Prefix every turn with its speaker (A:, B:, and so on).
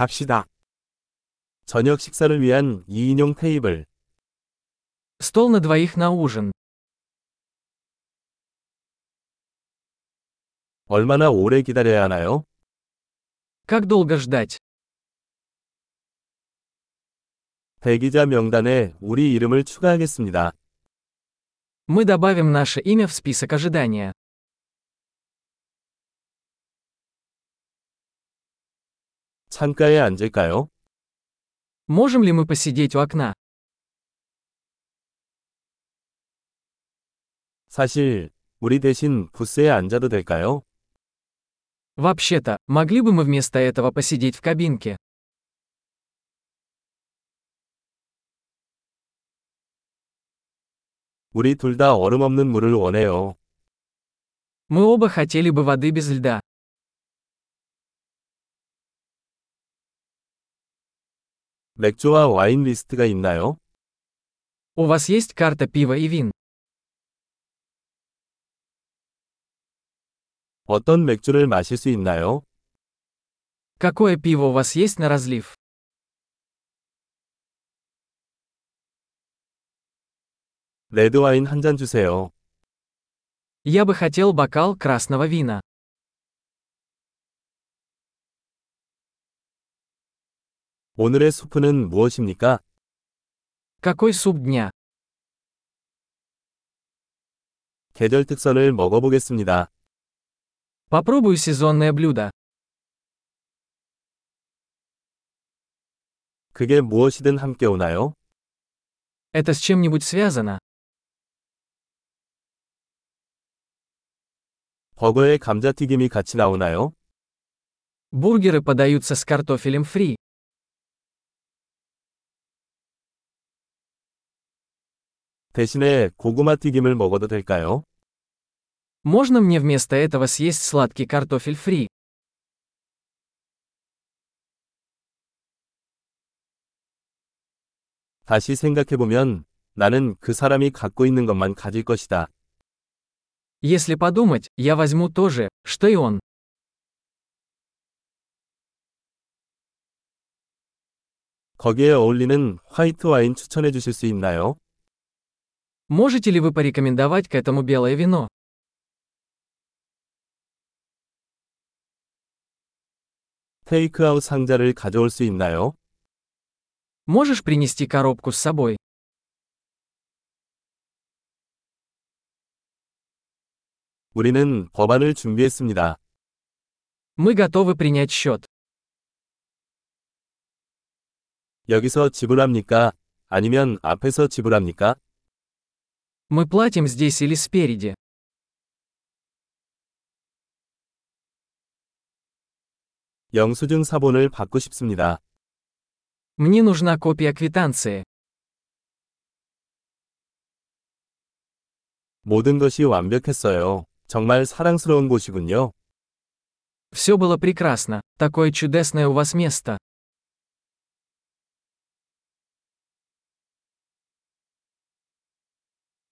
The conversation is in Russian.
A: 갑시다. 저녁 식사를 위한 2인용 테이블.
B: Стол на двоих на ужин.
A: 얼마나 오래 기다려야 하나요?
B: Как долго ждать?
A: 대기자 명단에 우리 이름을 추가하겠습니다.
B: Мы добавим наше имя в список ожидания.
A: 창가에 앉을까요?
B: Можем ли мы посидеть у окна?
A: 사실, 우리 대신 부스에 앉아도 될까요?
B: Вообще-то, могли бы мы вместо этого посидеть в кабинке?
A: 우리 둘 다 얼음 없는 물을 원해요.
B: Мы оба хотели бы воды без льда.
A: 맥주와 와인 리스트가 있나요?
B: У вас есть карта пива и вин?
A: 어떤 맥주를 마실 수 있나요?
B: Какое пиво у вас есть на разлив?
A: 레드와인 한 잔 주세요.
B: Я бы хотел бокал красного вина.
A: 오늘의 수프는 무엇입니까?
B: Какой суп дня?
A: 계절 특선을 먹어보겠습니다.
B: Попробую сезонное блюдо.
A: 그게 무엇이든 함께 오나요?
B: Это с чем-нибудь связано?
A: 버거에 감자튀김이 같이 나오나요?
B: Бургеры подаются с картофелем фри.
A: 대신에 고구마 튀김을 먹어도 될까요?
B: Можно мне вместо этого съесть сладкий картофель фри?
A: 다시 생각해보면 나는 그 사람이 갖고 있는 것만 가질 것이다.
B: Если подумать, я возьму то же, что и он.
A: 거기에 어울리는 화이트 와인 추천해 주실 수 있나요?
B: Можете ли вы порекомендовать к этому белое вино?
A: 테이크아웃 상자를 가져올 수 있나요?
B: Можешь принести коробку с собой?
A: 우리는 법안을 준비했습니다.
B: Мы готовы принять счет.
A: 여기서 지불합니까? 아니면 앞에서 지불합니까?
B: Мы платим здесь или спереди.
A: 영수증 사본을 받고 싶습니다.
B: Мне нужна копия квитанции.
A: 모든 것이 완벽했어요. 정말 사랑스러운 곳이군요.
B: Все было прекрасно. Такое чудесное у вас место.